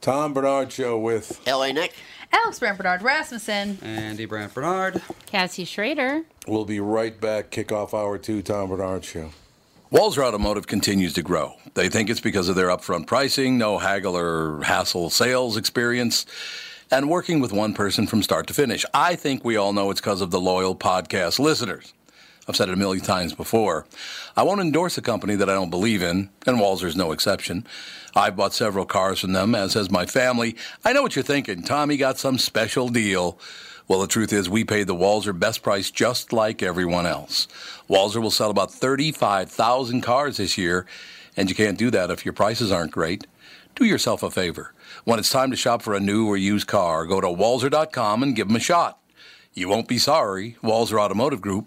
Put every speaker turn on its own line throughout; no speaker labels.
Tom Bernard Show with
LA Nick.
Alex Brand Bernard Rasmussen.
Andy Brandt Bernard.
Cassie Schrader.
We'll be right back. Kickoff hour two, Tom Bernard Show.
Walzer Automotive continues to grow. They think it's because of their upfront pricing, no haggle or hassle sales experience, and working with one person from start to finish. I think we all know it's because of the loyal podcast listeners. I've said it a million times before. I won't endorse a company that I don't believe in, and Walzer's no exception. I've bought several cars from them, as has my family. I know what you're thinking. Tommy got some special deal. Well, the truth is, we paid the Walzer best price just like everyone else. Walzer will sell about 35,000 cars this year, and you can't do that if your prices aren't great. Do yourself a favor. When it's time to shop for a new or used car, go to walzer.com and give them a shot. You won't be sorry. Walzer Automotive Group,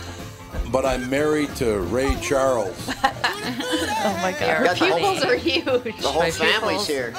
but I'm married to Ray Charles.
Oh my
Your
god.
pupils
Pupils
are
are
Huge.
The whole
My
family's
pupils.
here.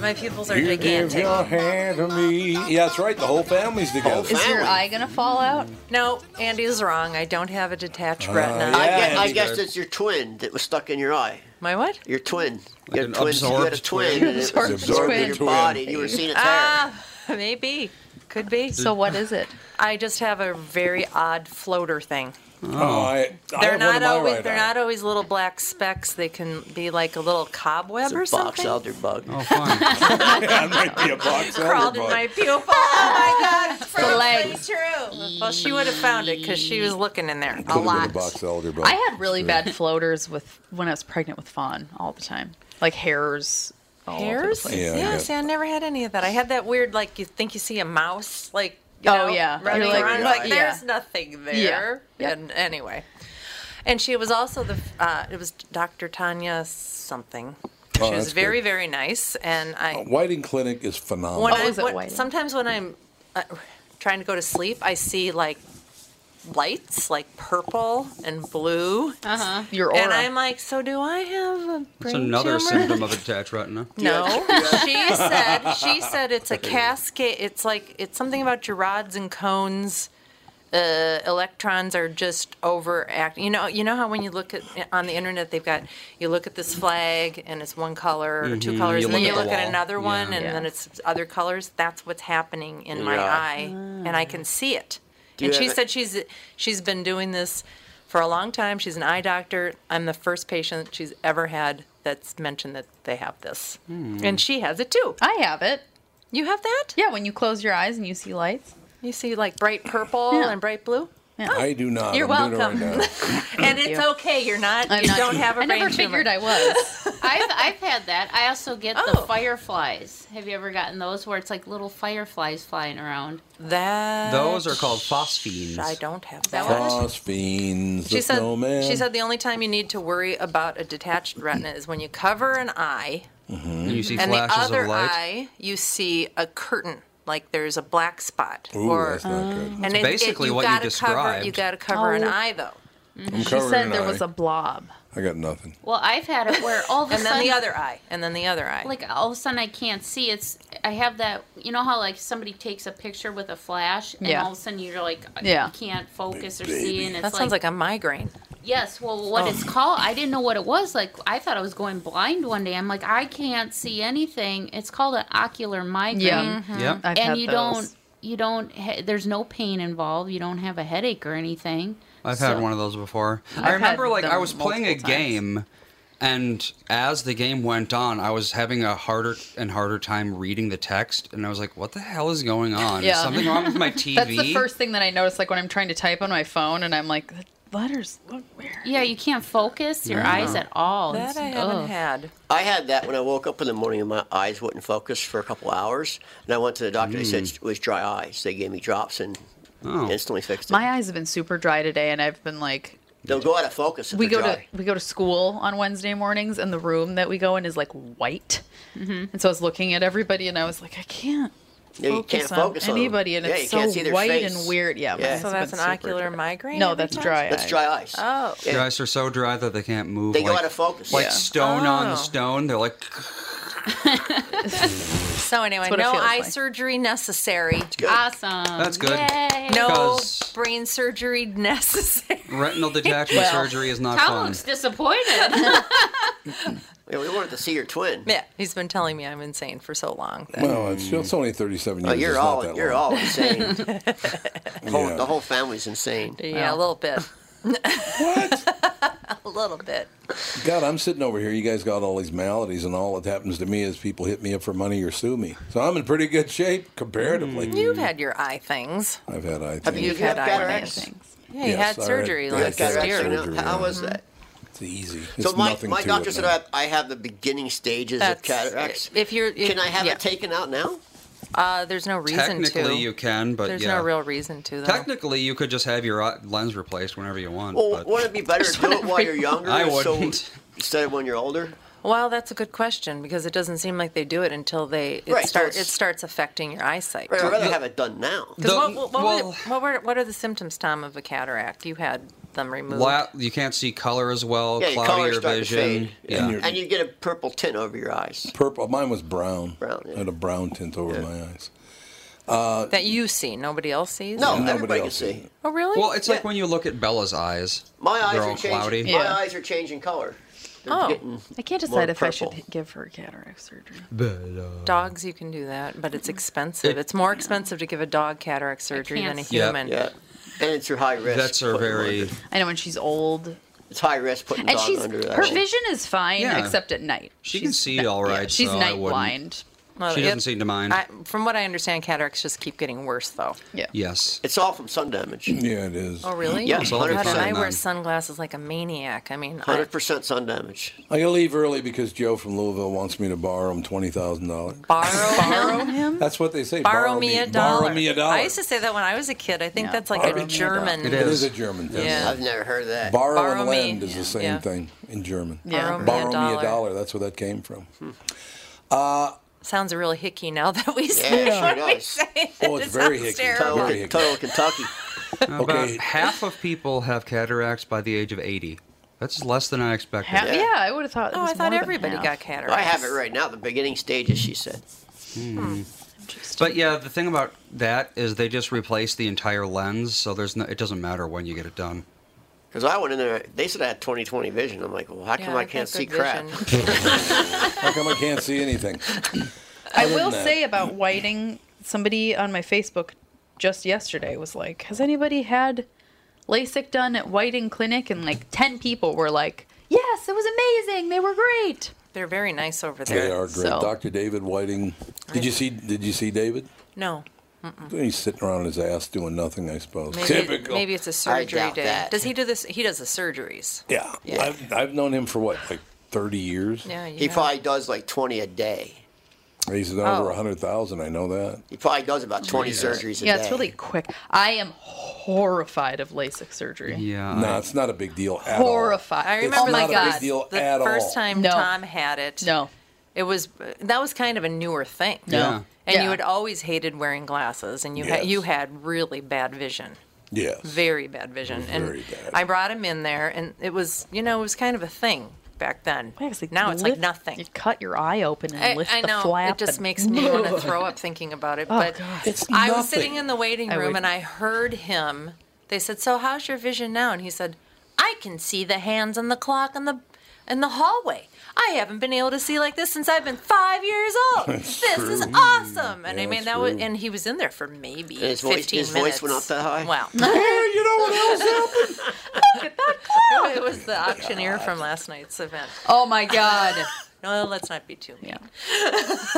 My pupils are
You give
gigantic.
your hand to me. Yeah, that's right. The whole family's together.
Whole
Is your
Family.
eye gonna fall out?
No, Andy's wrong. I don't have a detached
Uh, yeah.
retina.
I, guess, I
Andy
guess
did.
it's your twin that was stuck in your eye.
My what?
Your twin.
Like
you, had
an
a twin you had a
absorbed
twin.
twin.
and it was
Absorbed
absorbed in
twin.
your
Twin.
body. You were seeing a tear.
Ah, maybe. Could be.
So what is it?
I just have a very odd floater thing.
Oh, I, I
They're
have one in
not
my
always
right
they're
eye.
not always little black specks. They can be like a little cobweb
it's a
or
box
something.
elder bug.
Oh, fine.
Yeah, it might be a box
Crawled
elder
in
bug.
my pupil. Oh my god, it's
legs.
probably true. Well, she would have found it because she was looking in there a
Could have
lot.
been a box elder bug.
I had really bad floaters with when I was pregnant with Fawn all the time, like hairs. all over the
Hairs?
place.
Yeah,
Yeah,
I got-
see, I never had any of that. I had that weird, like, you think you see a mouse, like, you
Oh,
know,
yeah.
running
You're like,
around,
yeah.
like,
Yeah.
there's nothing there.
Yeah.
And anyway. And she was also the, uh, it was Dr. Tanya something.
Oh,
she was
that's
very,
good. Uh,
very nice. And I,
Whiting Clinic is phenomenal.
when
Oh,
I
is it
when-
white?
sometimes when I'm uh, trying to go to sleep, I see, like, lights, like purple and blue.
Uh huh.
Your aura.
And I'm like, so do I have a
It's
brain
another
tumor?
symptom of a detached retina.
No, she said she said it's a cascade. It's like it's something about your rods and cones. Uh, electrons are just overacting. You know, you know how when you look at on the internet, they've got you look at this flag and it's one color or two colors,
Mm-hmm. you look
and then you
at the
look at
wall.
another one,
Yeah.
and
Yeah.
then it's other colors. That's what's happening in my
Yeah.
eye, and I can see it.
Do you
and she
have a-
said she's she's been doing this for a long time. She's an eye doctor. I'm the first patient she's ever had that's mentioned that they have this,
Hmm.
and she has it too.
I have it.
You have that?
Yeah, when you close your eyes and you see lights.
You see, like bright purple
Yeah.
and bright blue.
I do not.
You're
I'm doing it
welcome.
right now.
and it's okay. You're not.
I'm
you
not-
don't have a
I
brain
never figured
tumor.
I was.
I've I've had that. I also get the
Oh.
fireflies. Have you ever gotten those where it's like little fireflies flying around?
that
Those are called phosphines.
I don't have that.
that what it is?
Phosphines, the
She said.
snowman.
She said the only time you need to worry about a detached retina is when you cover an eye,
Mm-hmm.
And you see
and the
flashes
other
of light.
eye you see a curtain, like there's a black spot.
Ooh,
or
that's not good.
and it,
basically
it, you
what you
gotta cover,
described.
You got to cover an
Oh.
eye though.
I'm
She
covering
said
an
there
eye.
was a blob.
I
I got nothing.
Well, I've had it where all of a
And then
sudden
the other eye, and then the other eye.
like all of a sudden I can't see. It's I have that you know how like somebody takes a picture with a flash and
Yeah.
all of a sudden you're like uh,
Yeah.
you can't focus or see and it's
that
like,
sounds like a migraine.
yes well what it's called I didn't know what it was like I thought I was going blind one day I'm like I can't see anything it's called an ocular migraine
Yeah.
Yep.
I've had
and you
those.
don't you don't ha- there's no pain involved you don't have a headache or anything
I've had
So-
one of those before.
I've
I remember
had
like I
them
was playing a
multiple times.
game and as the game went on, I was having a harder and harder time reading the text and I was like, what the hell is going on? Is
Yeah.
something wrong with my TV?
That's the first thing that I notice, like when I'm trying to type on my phone, and I'm like, the letters look weird.
yeah you can't focus your
Mm-hmm.
eyes at all
That
It's-
I haven't
ugh.
had.
I had that when I woke up in the morning and my eyes wouldn't focus for a couple hours. And I went to the doctor. They said it was dry eyes. They gave me drops and
Mm. Oh.
instantly fixed it.
My eyes have been super dry today, and I've been like,
They'll go out of focus if
we
they're
go to
dry.
we go to school on Wednesday mornings, and the room that we go in is like white,
Mm-hmm.
and so I was looking at everybody, and I was like, I can't.
Yeah, you can't focus on them.
anybody, and
Yeah,
it's
you
so
can't see their
white
face.
and weird. Yeah, my
Yeah.
eyes
So
have
that's an
been super
ocular
dry.
migraine.
No,
every
that's
time?
dry.
That's
eye.
dry eyes.
Oh,
Yeah.
Their eyes are so dry that they can't move.
They go
like,
out of focus.
Like
Yeah.
stone on
Oh.
the stone. They're like,
So anyway,
what it
no
feels
eye
like.
surgery necessary.
Good.
awesome
That's good.
Yay.
No
Because-
brain surgery necessary.
retinal detachment surgery is not
Tom
fun.
looks disappointed.
Yeah, we wanted to see your twin.
Yeah, he's been telling me I'm insane for so long. that-
Well, it's, it's only 37 years.
Oh, you're
it's not
all
that
you're
long.
all insane. Whole-
Yeah.
The whole family's insane.
yeah, a little bit.
What?
A little bit.
God, I'm sitting over here. You guys got all these maladies, and all that happens to me is people hit me up for money or sue me. So I'm in pretty good shape comparatively.
Mm. You've had your eye things.
I've had eye
Have you
things.
had
had
cataracts?
Things.
Yeah, you
Yes, I
had
had-
surgery
I had
last
cataract
year.
surgery.
How how was that?
It's easy.
So
It's
my,
nothing
my
to
doctor
it
said
now.
I, I have the beginning stages of
That's-
cataracts.
If you're, if,
Can I have
yeah.
it taken out now?
Uh, there's no reason to.
Technically, you can, but
there's
yeah.
no real reason to. Though.
Technically, you could just have your eye- lens replaced whenever you want.
Well,
but
wouldn't it be better to do it while you're younger?
I
so-
wouldn't.
instead of when you're older?
Well, that's a good question because it doesn't seem like they do it until they it
Right, so
start. It
it's-
starts affecting your eyesight.
Right, I'd rather
the-
have it done now.
The-
what, what, what, were
well-
the- what were what are the symptoms, Tom, of a cataract? You had them removed.
La- you can't see color as well,
Yeah, your colors
cloudier
start to
vision.
fade.
Yeah.
you're-
And you get a purple tint over your eyes.
Purple. Mine was brown.
Brown, yeah.
I had a brown tint over
Yeah.
my eyes. Uh,
that you see, nobody else sees.
No,
nobody
everybody can
else
see.
sees it.
Oh, really?
Well, it's like
Yeah.
when you look at Bella's eyes.
My eyes
They're
are
all
changing.
cloudy.
My
Yeah.
eyes are changing color. They're
Oh.
getting
I can't
more
decide if I should
purple.
give her cataract surgery.
Dogs, you can do that, but it's expensive. It's more expensive to give a dog cataract surgery than a
can't-
Yeah.
human.
Yeah. And it's your high risk.
Vets are
putting them
very.
under.
I know when she's old,
It's high risk putting
and
dog
she's
under that.
her vision is fine
Yeah.
except at night.
She can
She's
see
ni-
all
yeah,
right,
she's
so I
night
wouldn't.
blind.
Well,
She doesn't
it-
seem to mind.
I, from what I understand, cataracts just keep getting worse, though.
Yeah.
Yes.
It's all from sun damage.
Yeah, it is.
Oh, really?
Yeah,
So I'll be
God, and I
fine
wear
then.
sunglasses like a maniac. I mean, I,
100% sun damage.
I gotta leave early because Joe from Louisville wants me to borrow him twenty thousand dollars.
borrow, borrow,
That's what they say.
borrow me a dollar.
Borrow me a dollar.
I used to say that when I was a kid. I think
Yeah,
that's like
borrow me
a
a
German.
dollar.
It
Yes.
is a German thing.
Yeah.
I've never heard of that.
Borrow,
Borrow
and
me.
lend is the same
Yeah.
thing in German.
Yeah.
Borrow me a
Borrow me
dollar.
a dollar. That's where that came from.
Sounds really hicky now that we
Yeah,
say.
it
it.
sure does.
Oh, it's very
sounds
hicky.
terrible.
Total,
Very hicky.
total Kentucky.
Okay.
About half of people have cataracts by the age of 80. That's less than I expected.
Ha- yeah. I would have thought. It
Oh,
was
I thought
more than
everybody
half.
got cataracts.
I have it right now, the beginning stages, she said.
Hmm.
But yeah, the thing about that is they just replace the entire lens, so there's no, it doesn't matter when you get it done.
Because I went in there, they said I had 20 20 vision. I'm like, well, how come
Yeah,
I
I've
can't
got
see
good
crap?
vision.
How come I can't see anything?
I
Other
will
than that-
say about whiting, somebody on my Facebook just yesterday was like, "Has anybody had LASIK done at Whiting Clinic?" And like ten people were like, "Yes, it was amazing. They were great."
They're very nice over there.
They are great.
So-
Dr. David Whiting. Did you see? Did you see David?
No,
He's sitting around his ass doing nothing, I suppose.
maybe,
Typical.
maybe it's a surgery
doubt
day.
that.
Does he do this? He does the surgeries.
yeah. I've, I've known him for what, like 30 years?
Yeah, you
He
know.
probably does like 20 a day.
He's done over
Oh.
100,000. I know that.
He probably does about 20 surgeries a
yeah,
day.
it's really quick. I am horrified of LASIK surgery.
Yeah.
No, it's not a big deal at
Horrified.
I
It's
remember
oh my
the
not a big
god.
deal
the
at
first
all.
time
No.
Tom had it.
No.
it was that was kind of a newer thing.
No.
and
Yeah.
you had always hated wearing glasses, and you had
Yes.
you had really bad vision.
Yes.
Very bad vision.
Very
and
bad.
I brought him in there, and it was, you know, it was kind of a thing back then. now it's like
lift-
nothing.
You cut your eye open and
I,
lift
I
the
know
flap.
it just
and-
makes me want to throw up thinking about it. but
Oh, God.
It's
I was
nothing.
sitting in the waiting
I
room
would-
and I heard him. They said, "So how's your vision now?" And he said, "I can see the hands on the clock in the in the hallway. I haven't been able to see like this since I've been five years old.
That's
this is
true.
awesome." And
Yeah,
I mean
that's
that was,
true.
and he was in there for maybe
And his voice-
fifteen
his
minutes.
voice went up that high?
Wow,
Hey, you know what else happened?
it was the auctioneer from last night's event.
oh my god.
No, let's not be too mean.
yeah.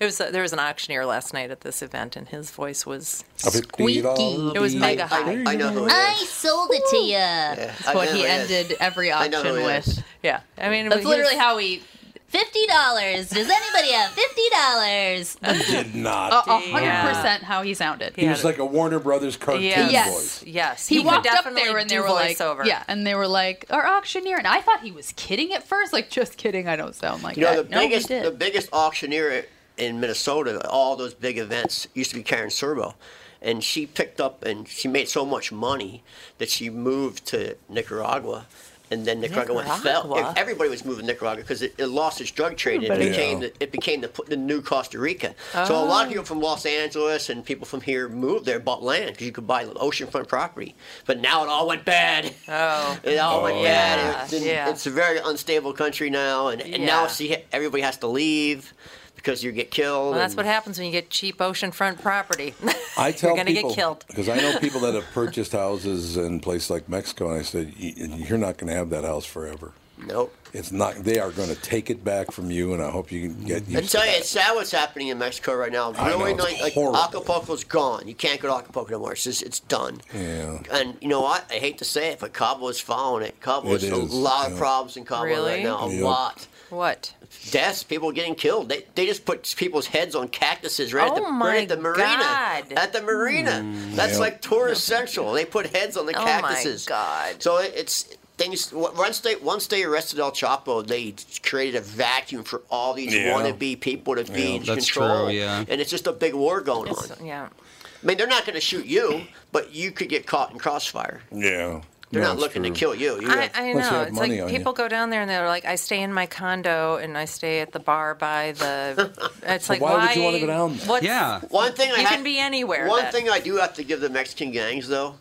It was there was an auctioneer last night at this event, and his voice was
Squeaky.
it was mega high.
I, I know who it is.
I sold it to you.
That's
What he ended every
I know
auction
who it is.
with.
Yeah, I mean
That's
he was-
literally how he.
Fifty dollars. Does anybody have fifty dollars?
Did not.
Uh, A hundred
Yeah.
percent how he sounded.
he was like a Warner Brothers cartoon
Yes.
Yes.
voice.
Yes,
He,
could
walked up
definitely
there and they
do
were like,
voiceover.
yeah, and they were like, our auctioneer, and I thought he was kidding at first, like just kidding. I don't sound like
You know,
that.
the
no,
biggest
he did.
the biggest auctioneer in Minnesota, all those big events, used to be Karen Serbo. And she picked up and she made so much money that she moved to Nicaragua. And then Nicaragua, went fell.
Nicaragua?
Ev- Everybody was moving to Nicaragua because it, it lost its drug trade. and It
Everybody-
became
Yeah.
the, it became the, the new Costa Rica. So a
Oh.
lot of people from Los Angeles and people from here moved there, bought land because you could buy oceanfront property. But now it all went bad.
Oh,
It all went bad.
yeah.
It's, in-
Yeah.
it's a very unstable country now, and, and
Yeah.
now see, everybody has to leave because you get killed.
well, that's
and-
what happens when you get cheap oceanfront property.
I tell
You're gonna
people
get killed.
because I know people that have purchased houses in places like Mexico, and I said, "Y- "You're not going to have that house forever.
Nope.
It's not. They are going to take it back from you, and I hope you can get
I
used to
tell you, it's
that.
sad what's happening in Mexico right now.
I know,
Really,
it's
like, like
horrible.
Acapulco's gone. You can't go to Acapulco no more. It's just, it's done.
Yeah.
And you know what? I hate to say it, but Cabo is following it. Cabo
It
is a
is,
lot of
yeah.
problems in Cabo
Really?
right now. A
Yep.
lot.
what?
Deaths, people getting killed. They, they just put people's heads on cactuses right, at, the,
Oh
right at
my
the marina.
God.
At the marina.
Mm.
That's
Yep.
like tourist central. They put heads on the
Oh my
cactuses.
God.
So it, it's things. Once they once they arrested El Chapo, they created a vacuum for all these
Yeah.
wannabe people to be in
That's
control.
true, yeah.
And it's just a big war going
It's-
on.
yeah,
I mean, they're not going to shoot you, but you could get caught in crossfire.
Yeah,
They're
No,
not
it's
looking
true.
to kill you. You
I,
have-
I
Plus you
know.
have
It's
money on
like
you.
people go down there and they're like, I stay in my condo and I stay at the bar by the. It's like
why would you wanna go down there?
What?
Yeah.
One thing I
You
ha-
can be anywhere
One
then.
thing I do have to give the Mexican gangs though,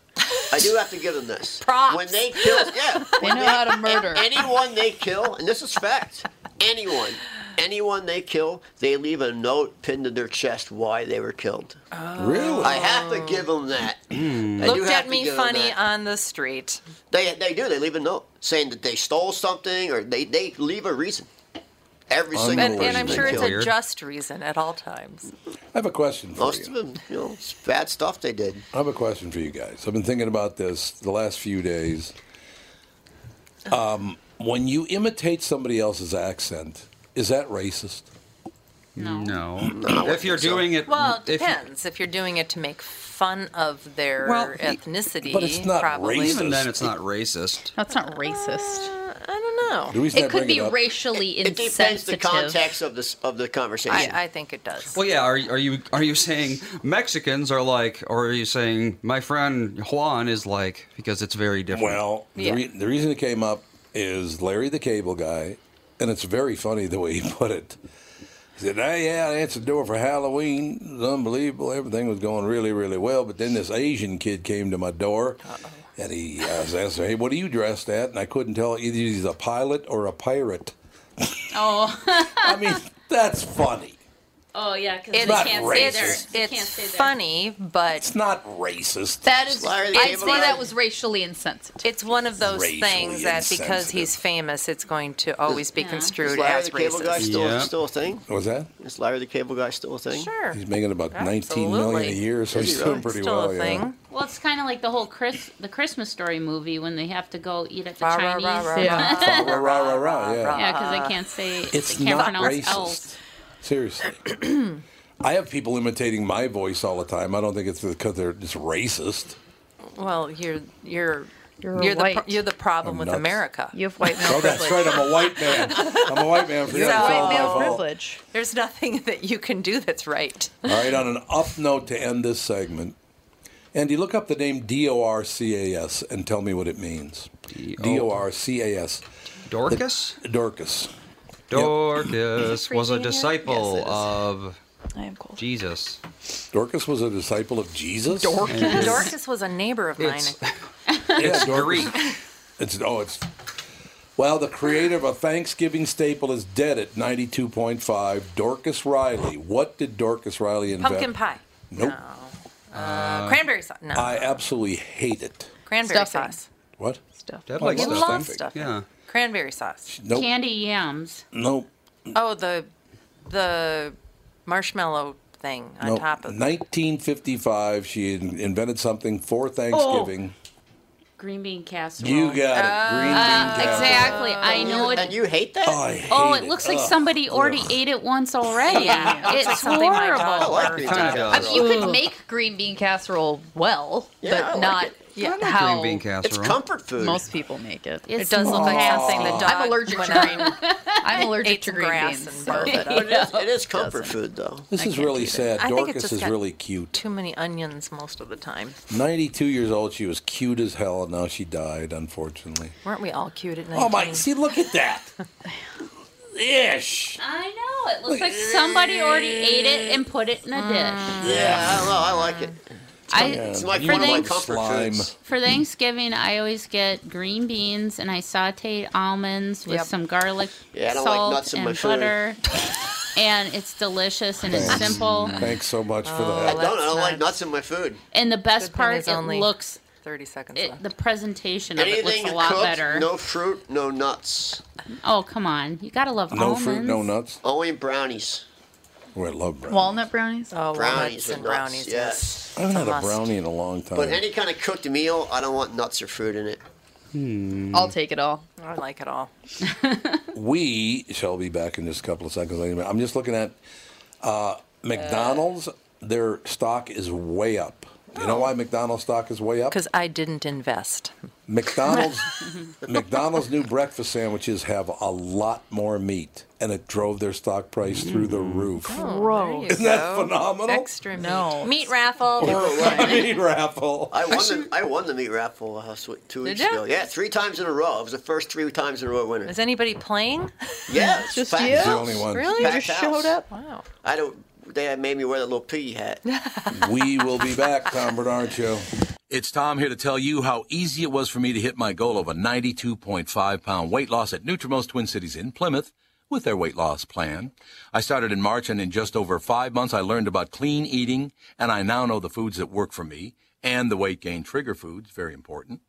I do have to give them this.
Props.
When they kill, yeah,
they know how to murder.
anyone they kill, and this is fact, anyone, anyone they kill, they leave a note pinned to their chest why they were killed.
Really?
I have to give them that.
Hmm.
I do
Looked
have
at
to
me
give 'em
funny
that.
on the street.
They they do. They leave a note saying that they stole something, or they they leave a reason. Every single
And, and I'm
person
sure
they
it's
kill.
a
Weird.
just reason at all times.
I have a question for you.
Most of them, you know, it's bad stuff they did.
I have a question for you guys. I've been thinking about this the last few days. Um, when you imitate somebody else's accent, is that racist?
No. if you're doing it,
Well, it
if
depends. If you're doing it to make fun of their
Well,
ethnicity,
but it's not
probably.
racist.
even then, it's not racist.
That's not racist.
Uh, I don't
The
know.
reason I
It could
bring
be
it up,
racially
It depends the
insensitive.
context of this of the conversation.
I, I think it does.
Well, yeah. Are, are you are you saying Mexicans are like, or are you saying my friend Juan is like? Because it's very different.
Well,
Yeah.
the, re- the reason it came up is Larry the Cable Guy, and it's very funny the way he put it. He said, "Hey, yeah, I answered the door for Halloween. It was unbelievable. Everything was going really, really well. But then this Asian kid came to my door, and he I was asking, hey, what are you dressed at?' And I couldn't tell either he's a pilot or a pirate.
Oh,
I mean, that's funny.
oh yeah, because
It's
you
not
can't stay there.
racist.
You
It's
can't stay there.
funny, but
It's not racist.
That is,
Larry the
I'd
Cable
say
Guy.
that was racially insensitive.
it's one of those
Racially
things that because he's
insensitive.
famous, it's going to always be
Yeah.
Is
construed
Larry
as
the Cable Guy
racist.
still,
Yeah.
still a thing?
What was that?
Is Larry the Cable Guy still a thing?
Sure.
He's making about 19 million a
Absolutely.
year, so
Is he
he's doing
really?
pretty
Still
well.
a
yeah.
thing.
Well, it's kind of like the whole Chris, the Christmas Story movie when they have to go eat at the
Rah, rah,
Chinese.
rah, rah,
Yeah.
rah,
Rah, rah, rah, rah, yeah.
Yeah, because they can't say
It's
they can't
not
pronounce
racist.
L's.
Seriously. I have people imitating my voice all the time. I don't think it's because they're just racist.
Well, you're you're
You're
you're,
white.
the pro- you're the problem
I'm
with
nuts.
America.
You have white male
Oh, that's
privilege.
right. I'm a white man. I'm a white man. Forget
You're
it's
a
all
White
my
male
fault.
privilege.
There's nothing that you can do that's right.
All right, on an up note to end this segment, And you look up the name D O R C A S and tell me what it means. D O R C A S.
Dorcas?
Dorcas.
Dorcas was a
Freezing here?
disciple
Yes, it is.
of
I am cold.
Jesus.
Dorcas was a disciple of Jesus.
And
Dorcas was a neighbor of mine.
It's,
it's
Greek.
It's oh, it's well, the creator of a Thanksgiving staple is dead at ninety-two point five. Dorcas Riley. What did Dorcas Riley invent?
Pumpkin pie.
Nope.
No. Uh, cranberry sauce. No.
I absolutely hate it.
cranberry
Stuffing.
sauce.
What?
Stuff.
Deb likes
You
stuff.
love
then.
stuffing.
Yeah.
Cranberry sauce.
Nope.
Candy yams.
Nope.
Oh, the the marshmallow thing on
nope.
top of.
1955, she in- invented something
Oh,
for Thanksgiving.
Green bean casserole.
You got it. Green
Uh,
bean casserole.
Exactly. I know it.
And you hate that?
Oh, I hate
Oh, it looks like
Ugh.
somebody already ate it once already.
Yeah,
it's
it's like something my dog
horrible.
loves.
green
Kinda
bean
does.
casserole.
You could make green bean casserole well,
Yeah, I
but
like
not
it.
Yeah. I like
how
Green bean casserole.
It's comfort food.
most people make it.
it does look like something the dog.
I'm allergic
when
to
I-
green. I'm allergic
ate
to
some
green
grass
beans.
and
so
burped
that
But
I-
it is, it is comfort food, though.
This is really sad.
I think it's
Dorcas
just
is
got-
really cute.
Too many onions most of the time.
92 years old. She was cute as hell, and now she died, unfortunately.
Weren't we all cute at night?
Oh, my. See, look at that. Ish.
I know. It looks like somebody already ate it and put it in a dish.
Mm.
Yeah, I don't know. I like it.
I
It's like
You
one of my
like
think-
comfort
slime.
foods.
for Thanksgiving, I always get green beans and I saute almonds with
Yep.
some garlic,
Yeah, I don't like
salt,
nuts in
and
my food.
butter. and it's delicious and it's
Thanks. Mm.
simple.
Thanks so much for
I
that.
don't, I don't
Oh, That's
like
not-
nuts in my food.
And the best
Good thing
part,
is
it
only-
looks.
Thirty seconds
It,
left.
the presentation of it
Anything
looks
you
a lot
cook,
better.
no fruit, no nuts.
Oh come on, you gotta love
No
almonds.
fruit, no nuts.
Only brownies.
Oh, I love brownies.
Walnut brownies.
oh,
Brownies
walnuts
with
and
nuts,
brownies. Yes.
I haven't had
It's a
a
must.
brownie in a long time.
But any kind of cooked meal, I don't want nuts or fruit in it.
Hmm.
I'll take it all.
I like it all.
we shall be back in just a couple of seconds. Wait a minute. I'm just looking at uh, McDonald's. Their stock is way up. You know
Oh.
why McDonald's stock is way up?
Because I didn't invest.
McDonald's McDonald's new breakfast sandwiches have a lot more meat, and it drove their stock price through the
Mm.
roof.
Oh, Gross.
Isn't that phenomenal?
Extra meat.
No.
Meat raffle.
meat raffle.
I won the I won the meat raffle uh, sw-
Did
two weeks
ya?
ago. Yeah, three times in a row. I was the first three times in a row winner.
Is anybody playing?
Yeah, it's
Just
packed
you?
He's the
house.
only one.
Really?
Packed house.
Wow.
I don't. They made me wear that little piggy hat.
We will be back, Tom Bernard Show.
It's Tom here to tell you how easy it was for me to hit my goal of a 92.5 pound weight loss at Nutrimost Twin Cities in Plymouth with their weight loss plan. I started in March and in just over five months I learned about clean eating and I now know the foods that work for me and the weight gain trigger foods, very important.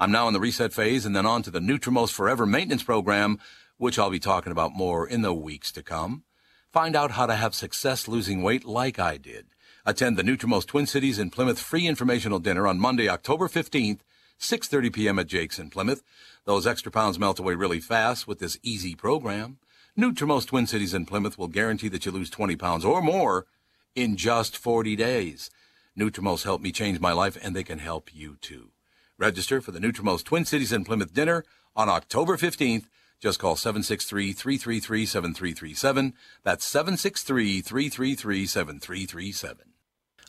I'm now in the reset phase and then on to the Nutrimost Forever Maintenance Program, which I'll be talking about more in the weeks to come. Find out how to have success losing weight like I did. Attend the Nutrimost Twin Cities in Plymouth free informational dinner on Monday, October 15th, 6:30 p.m. at Jake's in Plymouth. Those extra pounds melt away really fast with this easy program. Nutrimost Twin Cities in Plymouth will guarantee that you lose 20 pounds or more in just 40 days. Nutrimost helped me change my life and they can help you too. Register for the Nutrimost Twin Cities in Plymouth dinner on October 15th. Just call 763-333-7337. That's 763-333-7337.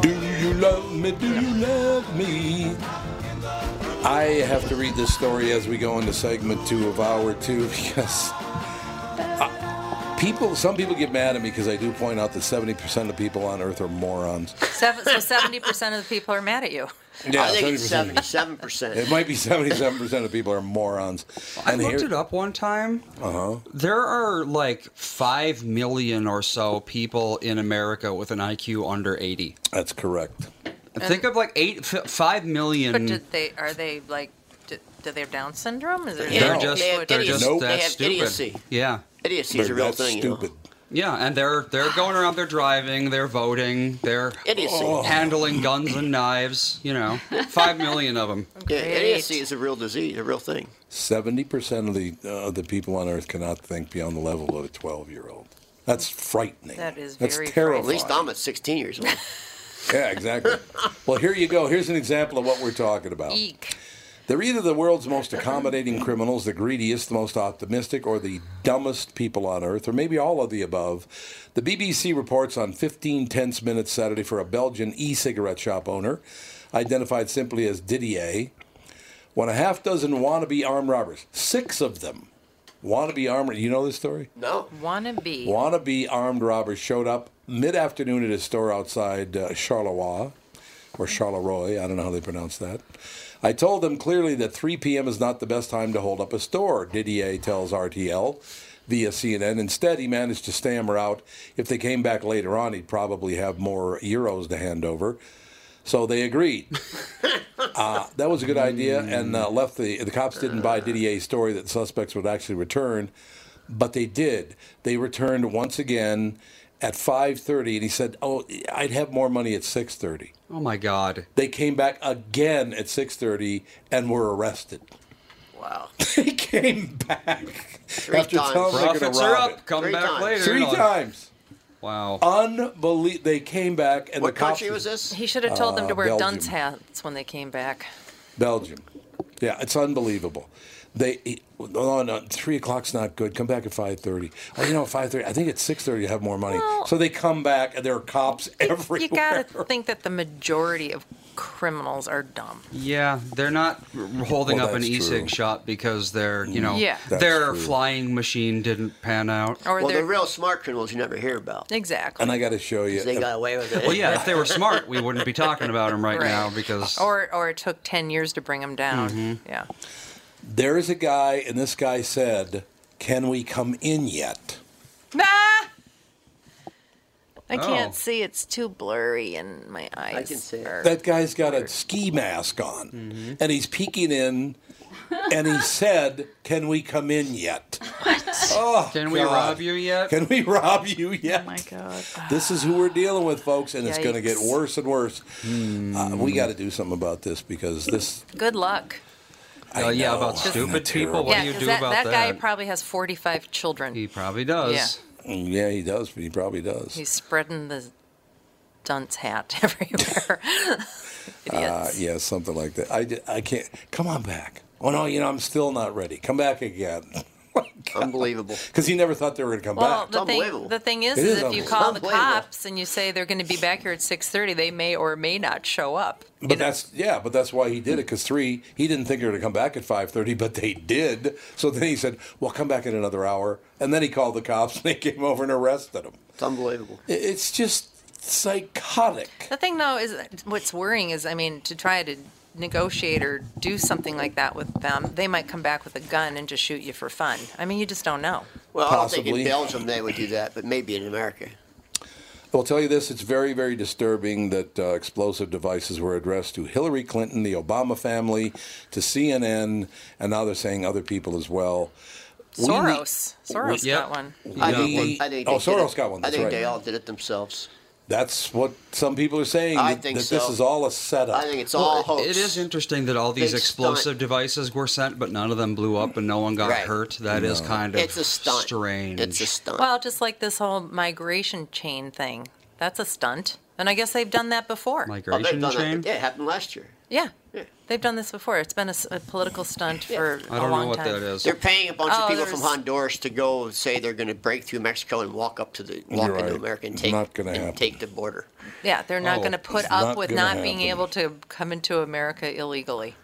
Do you love me? Do you love me? I have to read this story as we go into segment two of hour two because Uh, people, some people get mad at me because I do point out that 70% of people on Earth are morons.
Seven, so seventy percent of the people are mad at you.
Yeah,
I think it's
70%.
seventy-seven percent.
It might be 77% of people are morons.
I looked it up one time.
Uh huh.
There are like 5 million or so people in America with an IQ under 80.
That's correct.
Think of like eight, f- 5 million.
But did they are they like do, do they have Down syndrome? Is there
They're
No.
just, they
They have
are
idiocy.
just
Nope.
that
They have
stupid.
idiocy.
Yeah.
Idiocy is a
They're
real
that
thing. you know.
stupid.
Yeah, and they're they're going around, they're driving, they're voting, they're
Idiocy.
Oh.
handling guns and knives, you know. 5 million of them.
Yeah,
Great.
idiocy is a real disease, a real thing.
70% of the, uh, the people on Earth cannot think beyond the level of a 12 year old. That's frightening.
That is
That's
very frightening.
terrifying.
At least I'm at 16 years old.
Yeah, exactly. well, here you go. Here's an example of what we're talking about.
Eek.
They're either the world's most accommodating criminals, the greediest, the most optimistic, or the dumbest people on earth, or maybe all of the above. The BBC reports on 15 tense minutes Saturday for a Belgian e cigarette shop owner, identified simply as Didier, when a half dozen wannabe armed robbers, six of them, wannabe armed, you know this story?
No.
Wannabe.
Wannabe armed robbers showed up mid afternoon at a store outside uh, Charleroi or Charleroi. I don't know how they pronounce that. I told them clearly that 3 p.m. is not the best time to hold up a store, Didier tells RTL via CNN. Instead, he managed to stammer out if they came back later on, he'd probably have more euros to hand over. So they agreed. Uh, that was a good idea, and uh, left the the cops didn't buy Didier's story that the suspects would actually return, but they did. They returned once again at 5:30, and he said, "Oh, I'd have more money at 6:30."
Oh my god.
They came back again at 6:30 and were arrested.
Wow.
They came back after
times.
telling them they're going
Profits
to
are
rob
up.
it.
Come
Three
back
times.
later.
Three
and all-
times.
Wow.
Unbelievable. They came back, and
What
the cops Uh,
country was this?
He should have told them to wear
Belgium.
dunce hats when they came back.
Belgium. Yeah, it's unbelievable. They he- oh no, three o'clock's not good. Come back at five thirty. Oh, you know, five thirty. I think at six thirty you have more money.
Well-
so they come back and there are cops everywhere.
You gotta think that the majority of criminals are dumb.
Yeah, they're not r- holding
Well,
up an
that's
e-cig
true.
shop because their, you know,
Yeah. That's
their
true.
flying machine didn't pan out.
Or
Well,
they're
the real smart criminals you never hear about.
exactly.
and I got oh, uh, to show you.
They got away with it.
Well, yeah, if they were smart, we wouldn't be talking about them right,
Right.
now because mm-hmm.
or or it took ten years to bring them down.
Mm-hmm.
Yeah.
There is a guy, and this guy said, "Can we come in yet?"
Ah! I
Oh.
can't see. It's too blurry, and my eyes.
can see it.
are-
That guy's got a ski mask on, and he's peeking in, and he said, "Can we come in yet?" Oh,
can we
God.
rob you yet?
Can we rob you yet?
Oh my god.
This is who we're dealing with, folks, and it's going to get
Yikes.
worse and worse.
Hmm.
Uh, we got to do something about this because this.
Good luck.
I
Oh, yeah,
know,
about
isn't it
stupid people?
terrible?
What do
yeah,
you
'cause
do
that,
about
that guy
that?
probably has forty-five children.
he probably does.
Yeah.
Mm, Yeah, he does. He probably does.
He's spreading the dunce hat everywhere.
Uh,
Idiots.
yeah, something like that. I, di- I can't. Come on back. Oh no, you know I'm still not ready. Come back again. Oh
Unbelievable.
Because he never thought they were going to come
Well,
back.
the thing,
unbelievable.
the thing is,
It
is
is
if you
unbelievable.
call the
Unbelievable.
cops and you say they're going to be back here at six thirty, they may or may not show up.
But that's yeah, but that's why he did it. Because three, he didn't think they were going to come back at five thirty, but they did. So then he said, "Well, come back in another hour," and then he called the cops, and they came over and arrested him.
It's unbelievable.
I- It's just psychotic.
The thing though is what's worrying is I mean to try to negotiate or do something like that with them, they might come back with a gun and just shoot you for fun. I mean, you just don't know.
Well, I don't
Possibly.
think in Belgium they would do that, but maybe in America.
I'll tell you this: it's very, very disturbing that uh, explosive devices were addressed to Hillary Clinton, the Obama family, to CNN, and now they're saying other people as well. We need-
Soros, Soros
yep.
got one.
I
Yeah.
think,
We-
they, I think
oh,
they did
Soros
it-
got one,
I
that's
think
right.
they all did it themselves.
that's what some people are saying.
I
that,
think
that
so.
this is all a setup.
I think it's all hoax.
It is interesting that all these
Big
explosive
stunt.
devices were sent, but none of them blew up and no one got
Right.
hurt. That is kind of
It's a stunt.
strange.
It's a stunt.
Well, just like this whole migration chain thing, that's a stunt, and I guess they've done that before.
Oh, they've
migration
done
chain.
That. Yeah, it happened last year.
yeah. They've done this before. It's been a, s- a political stunt for
I
a
don't
long
know what
time.
that is.
They're paying a bunch
Oh,
of people from
there's-
Honduras to go and say they're going to break through Mexico and walk up to the walk
You're
into
right.
America and
It's
take
not gonna
and
happen.
take the border.
Yeah, they're not
Oh,
going to put
it's
up
not
with
gonna
not being
happen.
able to come into America illegally.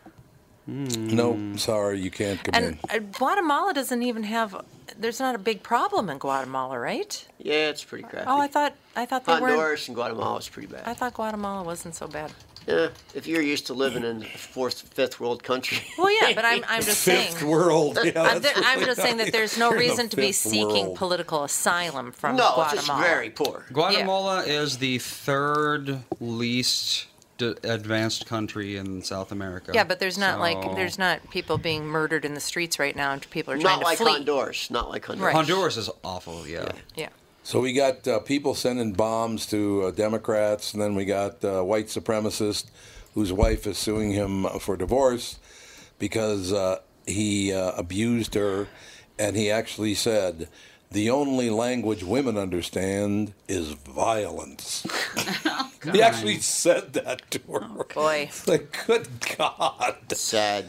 No, sorry, you can't come
And
in.
uh, Guatemala doesn't even have. There's not a big problem in Guatemala, right?
Yeah, it's pretty crappy.
Oh, I thought I thought they were.
Honduras and Guatemala is pretty
I
bad.
thought Guatemala wasn't so bad.
Yeah, if you're used to living in a fourth, fifth world country.
Well, yeah, but I'm I'm just saying.
Fifth world. Yeah,
I'm,
that's
ju- I'm
really
just saying that there's no
You're in the
reason to be
fifth
seeking
world.
political asylum from
no,
Guatemala.
it's just very poor.
Guatemala is the third least d- advanced country in South America.
Yeah, but there's not
So-
like there's not people being murdered in the streets right now, and people are trying
Not
to
like
flee.
Honduras. Not like Honduras.
Right.
Honduras is awful. Yeah.
Yeah.
So we got uh, people sending bombs to uh, Democrats, and then we got uh, white supremacist whose wife is suing him for divorce because uh, he uh, abused her, and he actually said, "The only language women understand is violence." he actually said that to her.
Oh, Boy,
It's like, good God,
Sad.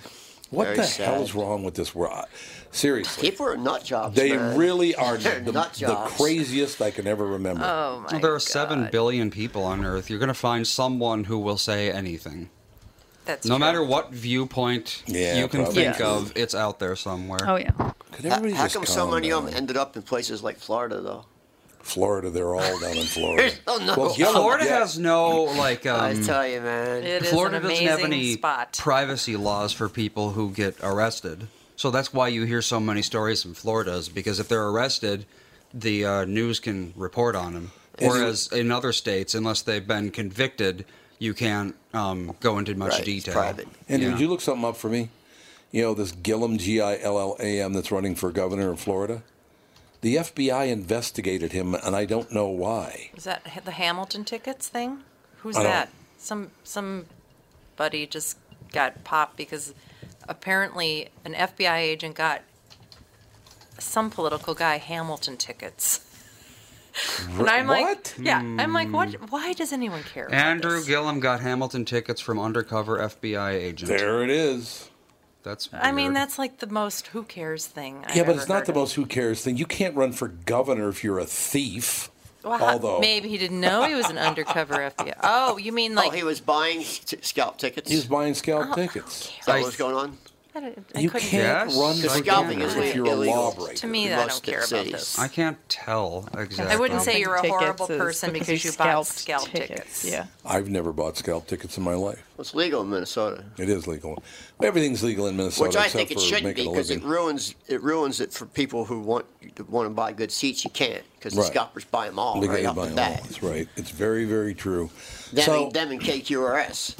what
Very
the
sad.
hell is wrong with this world? Seriously.
People are nut jobs.
They
man.
really are the,
They're nut
the
jobs.
craziest I can ever remember.
oh my.
Well, there are seven billion people on Earth. You're gonna find someone who will say anything,
That's
no
true.
matter what viewpoint
Yeah,
you can
probably.
think
Yeah.
of. It's out there somewhere.
Oh yeah.
Could
How,
everybody
how
just
come
calm
so many of them
down?
ended up in places like Florida, though?
Florida, they're all down in Florida.
There's- oh, no.
yellow-
Florida
yeah.
has no like.
I
Um,
tell you, man.
It is
Florida
an
doesn't have
amazing
any
spot.
privacy laws for people who get arrested. So that's why you hear so many stories in Florida is because if they're arrested, the uh, news can report on them. Whereas in other states, unless they've been convicted, you can't um, go into much
Right, it's
detail.
private.
And
Yeah.
would you look something up for me? You know, this Gillum, G I L L A M, that's running for governor of Florida? The FBI investigated him, and I don't know why.
Is that the Hamilton tickets thing? Who's
I don't-
that? Some some buddy just got popped because apparently an FBI agent got some political guy Hamilton tickets. And I'm
what? Hmm.
like, yeah, I'm like, what? Why does anyone care? about
Andrew
this?
Gillum got Hamilton tickets from undercover FBI agent.
There it is.
That's.
I mean,
weird.
that's like the most who cares thing. I've
yeah, but
ever
it's not
heard
the
of.
most who cares thing. You can't run for governor if you're a thief.
Well, how-
although
maybe he didn't know he was an undercover FBI. Oh, you mean
Oh,
like Oh,
he was buying s- scalp tickets.
he was buying scalp tickets.
Is that
I-
what was going on?
I, don't- I
You
couldn't-
can't
Yes.
run for
The
scalping
governor
is
if you're a
illegal.
lawbreaker.
To me,
In
I don't
most
care about
cities.
this.
I can't tell exactly.
I wouldn't say you're a
Tickets
horrible
is
person because you bought
scalped
scalp tickets.
Yeah.
I've never bought scalp tickets in my life.
Well, it's legal in Minnesota,
It is legal. Everything's legal in Minnesota.
which I
except
think it
for
should be
making a
because it
living.
ruins it ruins it for people who want to want to buy good seats. You can't because the
Right.
scalpers buy them all right
Legally
off
by
the
law.
bat.
That's right. It's very, very true.
Them,
so,
and, them and KQRS.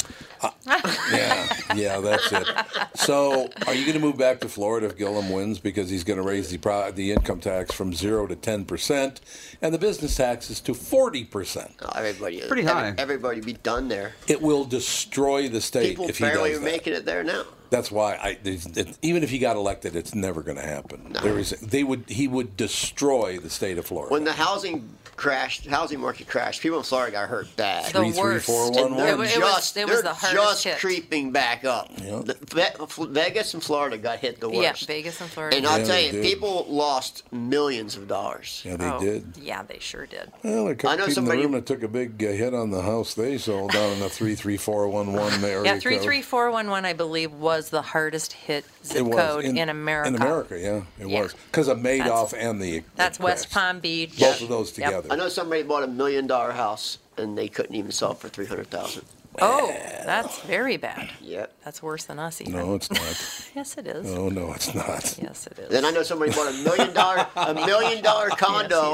yeah, yeah, that's it. So, are you going to move back to Florida if Gillum wins because he's going to raise the pro- the income tax from zero to ten percent, and the business taxes to forty percent?
Oh, everybody,
Pretty high.
Everybody be done there.
It will destroy the state
People
if he
barely
does
are
that.
making it there now.
That's why I there's- it, even if he got elected, it's never going to happen. There is they would he would destroy the state of Florida.
When the housing crashed, housing market crashed, people in Florida got hurt bad.
The
Three, three,
worst.
four, one,
And they're
It wa-
one.
it was-
just,
it was the
they're
hardest
just
hit.
creeping back up.
Yep.
The- Ve- F- Vegas and Florida got hit the
Yeah,
worst.
Vegas and Florida.
And I'll
Yeah,
tell
they
you,
did.
people lost millions of dollars.
yeah, they
Oh,
did.
Yeah, they sure did.
Well, there are a couple
I know
people
somebody-
in the room that took a big uh, hit on the house they sold down in the three three four one one area.
Yeah,
code.
three three four one one, I believe, was the hardest hit
It
zip
was
code in, America.
In America, yeah, it
Yeah.
was because of Madoff and the.
That's
the
West
crash.
Palm Beach.
Both of those
Yep.
together.
I know somebody bought a million dollar house and they couldn't even sell it for three hundred thousand.
Oh, that's very bad.
Yep.
That's worse than us even.
No, it's not.
Yes, it is.
No, oh, no, it's not.
Yes, it is.
Then I know somebody bought a million dollar a million dollar condo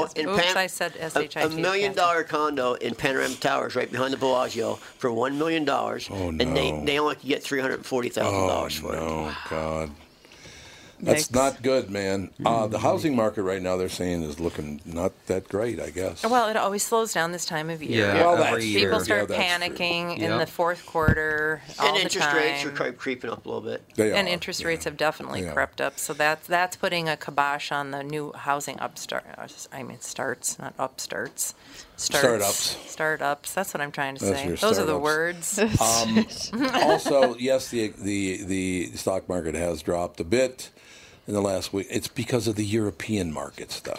yes.
in
Oops,
Pan-
I said
a-
S-H-I-T,
a million
Kathy.
dollar condo in Panorama Towers right behind the Bellagio for one million dollars,
Oh,
and they
no.
they only could get three hundred forty thousand
Oh
dollars for it.
no, God. That's
Yikes.
not good, man. Uh,
Mm-hmm.
the housing market right now, they're saying, is looking not that great, I guess.
Well, it always slows down this time of year.
Yeah,
Well,
every
that's-
year.
People
Yeah,
start
that's true.
panicking in
Yep.
the fourth quarter. All
And
the
interest
time.
rates are cre- creeping up a little bit.
They
and
are,
interest
yeah.
rates have definitely
They are.
crept up. So that's that's putting a kibosh on the new housing upstart. I mean, starts, not upstarts. Starts,
Startups.
Startups. That's what I'm trying to
That's
say.
your
Those are the
startups.
words.
Um, also, yes, the, the the stock market has dropped a bit in the last week. It's because of the European markets, though.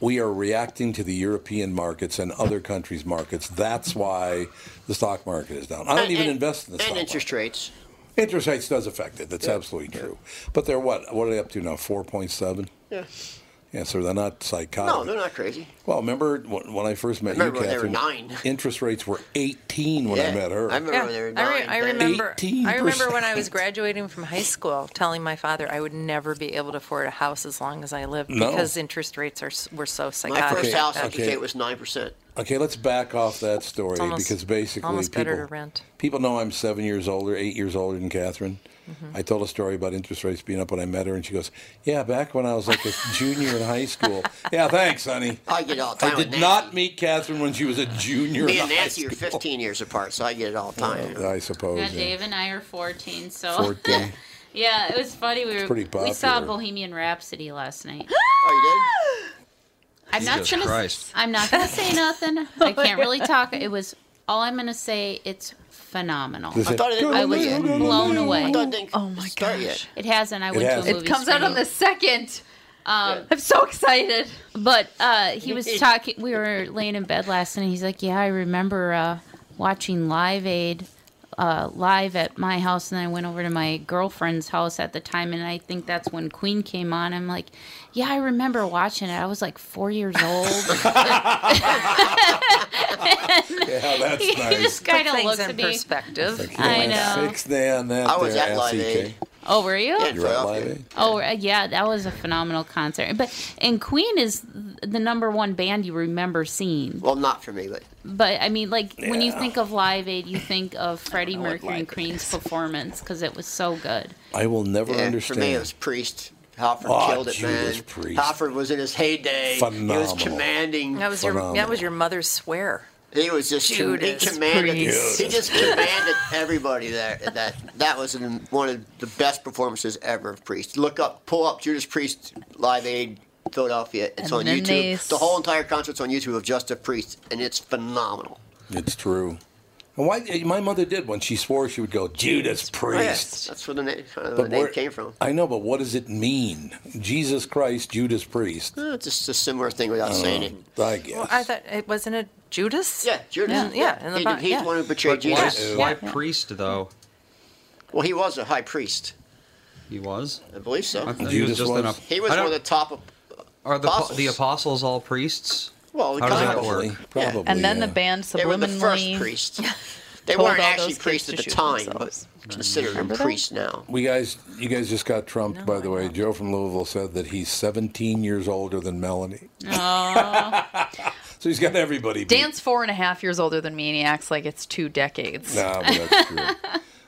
We are reacting to the European markets and other countries' markets. That's why the stock market is down. I don't
And-
even
and-
invest in the
And
stock
interest
market.
rates.
Interest rates does affect it. That's absolutely true. But they're what? What are they up to now? Four point seven.
Yeah.
Yeah, so they're not psychotic.
No, they're not crazy.
Well, remember when when I first met
Remember
you,
when they were
Catherine?
nine.
Interest rates were 18 when I
Yeah,
met her.
I remember when they were
I, re-
nine.
I
then.
remember. I remember when I was
18%.
graduating from high school, telling my father I would never be able to afford a house as long as I lived
No.
because interest rates are s- were so
My
psychotic.
first
Okay,
house, I could
okay.
say it was nine percent.
Okay, let's back off that story
almost-
because basically
almost
people,
better to rent.
people know I'm seven years older, eight years older than Catherine.
Mm-hmm.
I told a story about interest rates being up when I met her, and she goes, "Yeah, back when I was like a junior in high school." Yeah, thanks, honey.
I get it all the time.
I did
with Nancy.
not meet Catherine when she was a junior.
Me
in
and
high
Nancy are 15 years apart, so I get it all the time.
school. I suppose.
Yeah,
Oh, yeah.
Dave and I are 14, so.
14.
yeah, it was funny. We were
pretty
we saw
popular.
Bohemian Rhapsody last night.
Oh, you
I'm not
Jesus
gonna.
Christ.
I'm not gonna say
Oh,
nothing. I can't really talk. It was all I'm gonna say. It's phenomenal.
Does
did? I thought it didn't.
I was blown away.
I thought it didn't
Oh my
start
gosh.
yet.
It hasn't. I went
hasn't.
to a
It
movie.
It comes out on
screening.
the second.
Um,
I'm so excited.
but uh, he was talking. We were laying in bed last night. He's like, "Yeah, I remember uh, watching Live Aid uh, live at my house, and then I went over to my girlfriend's house at the time, and I think that's when Queen came on." I'm like, "Yeah, I remember watching it. I was like four years old."
Yeah, that's
he
nice.
just
Put
kind of
things
looks
in
at me.
perspective.
I
Yeah,
know.
Six Dan, that
I was
there,
at Live
SEK.
Aid.
Oh, were you?
Yeah.
You're at
Playoff
Live
game.
Aid.
Oh uh, yeah, that was a phenomenal concert. But and Queen is the number one band you remember seeing.
Well, not for me, but
But I mean, like when you
Yeah.
think of Live Aid, you think of Freddie Mercury and
Live Aid
Queen's performance because it was so good.
I will never
yeah, for
understand.
me, it was Priest. Halford
Oh,
killed it,
Judas
man.
Priest.
Halford was in his heyday. He was
Phenomenal.
commanding.
That was your that was your mother's swear.
He was just he
Judas
commanded.
Priest.
He just commanded everybody there. That that was an- one of the best performances ever of Priest. Look up, pull up Judas Priest Live Aid Philadelphia. It's
And
on
then
YouTube.
they s-
The whole entire concert's on YouTube of just the Priest, and it's phenomenal.
It's true. And why? eh, My mother did when she swore she would go Judas Priest.
That's where the name, kind of where
where-
the name Oh, came from.
I know, but what does it mean? Jesus Christ, Judas Priest. Uh,
Eh, It's just a similar thing without saying it.
I guess.
I thought it wasn't it Judas.
Yeah, Judas.
Yeah, yeah, in the
He-
bo-
he's
yeah.
the one who betrayed
Why,
Jesus.
why priest though?
Well, he was a high priest.
He was.
I believe so.
I thought
Judas
an
was?
ap-
He was
I
one
don't-
of the top. Of,
Are the apostles.
apostles.
the apostles all priests?
well,
How does that
kind of-
probably,
work?
probably.
And then
yeah.
the band
They were the first
subliminally
priests. They
told
weren't
all
actually
those kids
priests
to
at the
shoot
time, but
themselves.
considered them
Remember that?
priests now.
We guys, you guys just got trumped, by the way. Joe from Louisville said that he's 17 years older than Melanie, so he's got everybody. beat.
Dan's four and a half years older than me, and he acts like it's two decades.
Nah, but that's true.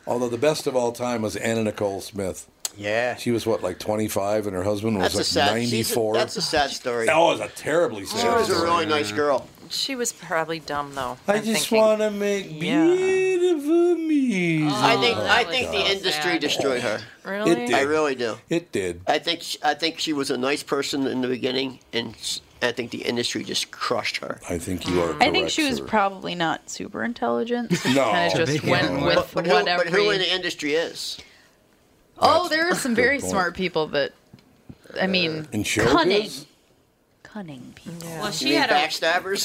Although the best of all time was Anna Nicole Smith.
Yeah.
She was what, like 25, and her husband was
That's a
like
sad. she's a-
94.
that's a sad story.
that was a terribly sad.
She was a
story.
really nice girl.
She was probably dumb though.
I
I'm
just
thinking.
want to make
Yeah.
beautiful music.
I think. I
Oh
that
think
was
the
so
industry
sad.
destroyed her.
Really?
It did.
I really do.
It did.
I think. sh- I think she was a nice person in the beginning, and s- I think the industry just crushed her.
I think you are. Correct,
I think she was
sir.
probably not super intelligent.
No.
kind of just
Big
went
one.
with
But, but, who,
whatever.
but who
he-
in the industry is?
oh, there are some
Good
very
point.
smart people that, I mean,
in showbiz.
cunning, cunning people.
Well,
You
she
mean
had a
backstabbers?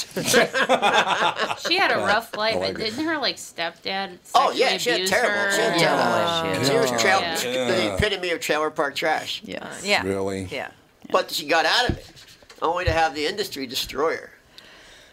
she had a rough life.
like
and
it.
didn't her like stepdad?
Oh, yeah,
sexually abuse
she had terrible-
her?
she had
Yeah.
terrible
Yeah.
she was trail,
Yeah.
the epitome of trailer park trash.
Yes.
Yeah.
Really?
Yeah.
But she got out of it, only to have the industry destroy her.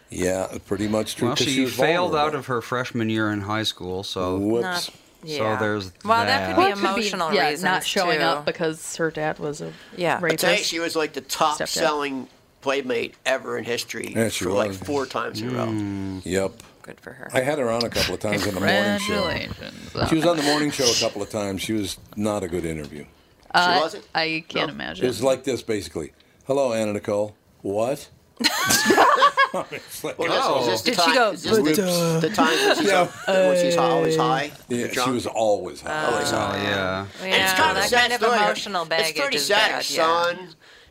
Yeah, pretty much true.
Well,
'cause
she,
was
failed out
vulnerable.
of her freshman year in high school, so
Whoops.
Not- yeah.
there's
well, that,
that.
Or
could
it
be
could be,
emotional
yeah,
reasons
not showing
too.
up because her dad was a
Yeah. But
rapist.
Today she was like the top
Stepped up.
selling playmate ever in history
Yeah, she
for like
was. Mm.
four times in a row.
Mm.
Yep.
Good for her.
I had her on a couple of times on the morning show.
Congratulations.
She was on the morning show a couple of times. She was not a good interview.
she wasn't.
Uh, I can't
No.
It
imagine.
was like this, basically. Hello, Anna Nicole. What?
Well, this-
Oh.
is this the
Did she
time-
go, uh,
is this the, the time when she's, up, when she's high, always high?
Yeah, she
drunk?
was always hot.
always high.
Oh yeah.
yeah,
it's kind of
that
sad
kind of
story.
emotional baggage
It's pretty
is bad,
sad. Her
yeah.
son,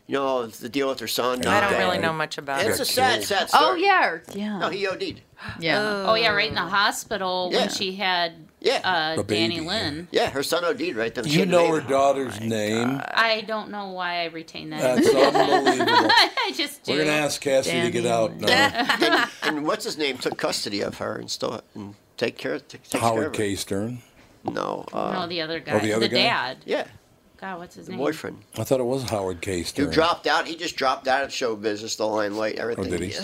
you know, the deal with her son.
I
Yeah.
don't really
Dad.
know much about
It's
it.
a sad,
killed.
sad story.
oh yeah, or- yeah,
No, he OD'd.
yeah.
Oh yeah, right in the hospital
Yeah.
when she had
Yeah.
uh,
The baby,
Danny
yeah.
Lynn.
Yeah, her son OD'd right then. She
You
had a
know her
baby.
daughter's name.
I don't know why I retain that.
That's unbelievable.
I just do.
We're gonna ask Cassidy to get
Danny.
out now.
And what's his name took custody of her and still and take care, take, takes care
Howard
of her.
K. Stern.
No. Uh,
no, Oh, the
Oh,
other guy.
the other guy?
dad.
yeah,
God, what's his
the
name?
boyfriend.
I thought it was Howard Case.
Who dropped out? He just dropped out of show business, the limelight,
Oh,
Or
everything.
did he?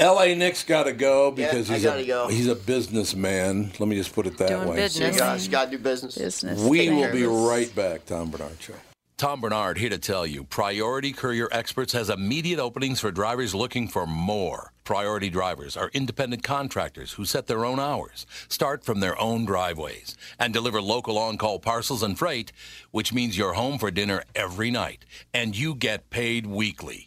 L.A. Nick's got to go
Yeah,
because
I
he's
gotta
a
go.
he's a businessman. Let me just put it that
Doing
way.
business.
Gosh, got to do business.
Business.
We
Take
will
care.
be right back, Tom Bernard Show.
Tom Bernard here to tell you Priority Courier Experts has immediate openings for drivers looking for more. Priority drivers are independent contractors who set their own hours, start from their own driveways, and deliver local on call parcels and freight, which means you're home for dinner every night and you get paid weekly.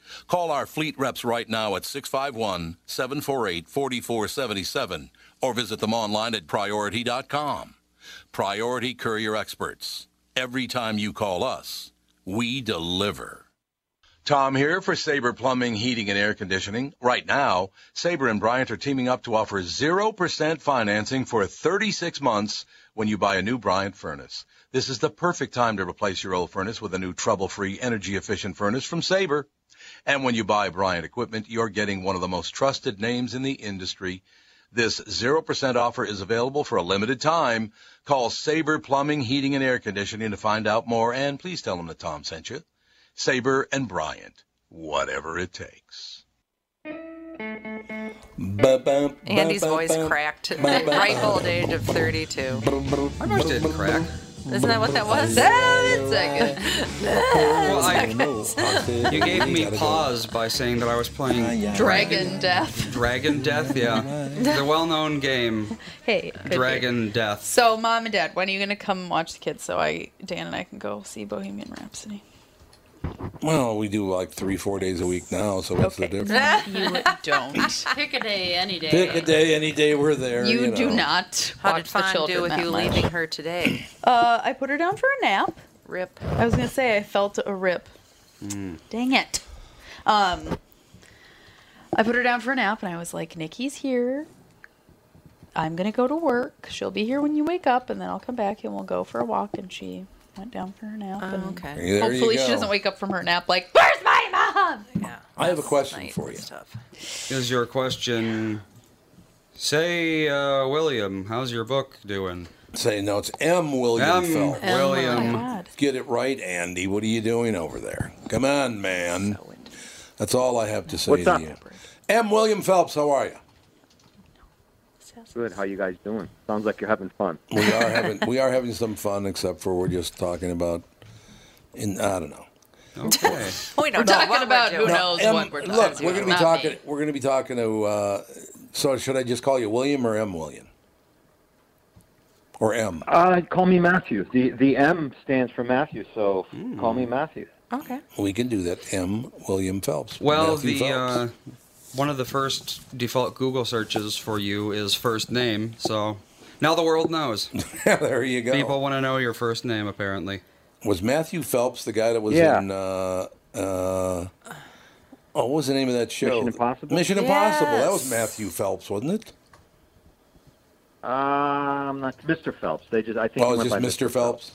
Call our fleet reps right now at 651 748 4477 or visit them online at priority.com. Priority Courier Experts. Every time you call us, we deliver. Tom here for Sabre Plumbing, Heating, and Air Conditioning. Right now, Sabre and Bryant are teaming up to offer 0% financing for 36 months when you buy a new Bryant furnace. This is the perfect time to replace your old furnace with a new trouble free, energy efficient furnace from Sabre. And when you buy Bryant equipment, you're getting one of the most trusted names in the industry. This 0% offer is available for a limited time. Call Sabre Plumbing, Heating, and Air Conditioning to find out more, and please tell them that Tom sent you. Sabre and Bryant, whatever it takes.
Andy's voice cracked at the ripe old age of 32.
I must did crack.
Isn't that what that was? Seven seconds.
Well, I, you gave me pause by saying that I was playing
Dragon death.
Dragon Death. Yeah, the well-known game
Hey. could be.
Dragon Death.
So, mom and dad, when are you gonna come watch the kids so I, Dan and I can go see Bohemian Rhapsody?
Well, we do like three, four days a week now, so what's
Okay.
the difference?
You don't.
Pick a day any day.
Pick a day, any day we're there.
You,
You,
do
know.
not
How
watch
did
the
Fawn
children
do with
that
you
much.
leaving her today?
Uh, I put her down for a nap.
Rip.
I was gonna say I felt a rip. Dang it. Um, I put her down for a nap, and I was like, "Nikki's here. I'm gonna go to work. She'll be here when you wake up, and then I'll come back and we'll go for a walk." And she went down for her nap. and
Oh, Okay.
There you
Hopefully, she
go.
doesn't wake up from her nap like, "Where's my mom?"
Yeah.
I have a question
Night
for you.
Stuff.
Is your question? Say, uh, William, how's your book doing?
Say no, it's M. William
Um,
Phelps.
Oh my
William.
God.
Get it right, Andy. What are you doing over there? Come on, man. That's all I have to say
What's
to
up?
you. M. William Phelps, how are you?
Good. How you guys doing? Sounds like you're having fun.
We are having we are having some fun, except for we're just talking about. In I don't know.
Okay.
We don't know
talking
what
about
we're
who
doing.
knows
M,
what we're talking
look,
about.
we're going to be
Not
talking.
me.
We're going to be talking to. Uh, so should I just call you William or M. William? Or M.
Uh, call me Matthew. The the M stands for Matthew, so call me Matthew.
Okay.
Hmm. We can do that. M. William Phelps.
Well,
Matthew
the
Phelps.
uh, one of the first default Google searches for you is first name, so now the world knows.
there you go.
People want to know your first name, apparently.
Was Matthew Phelps the guy that was
Yeah.
in? Uh, uh, oh, what was the name of that show?
Mission Impossible?
Mission Impossible. That was
Yes.
Matthew Phelps, wasn't it?
Um, not Mr. Phelps. They just I think.
Oh,
he
it was
went
just
by
Mr. Phelps.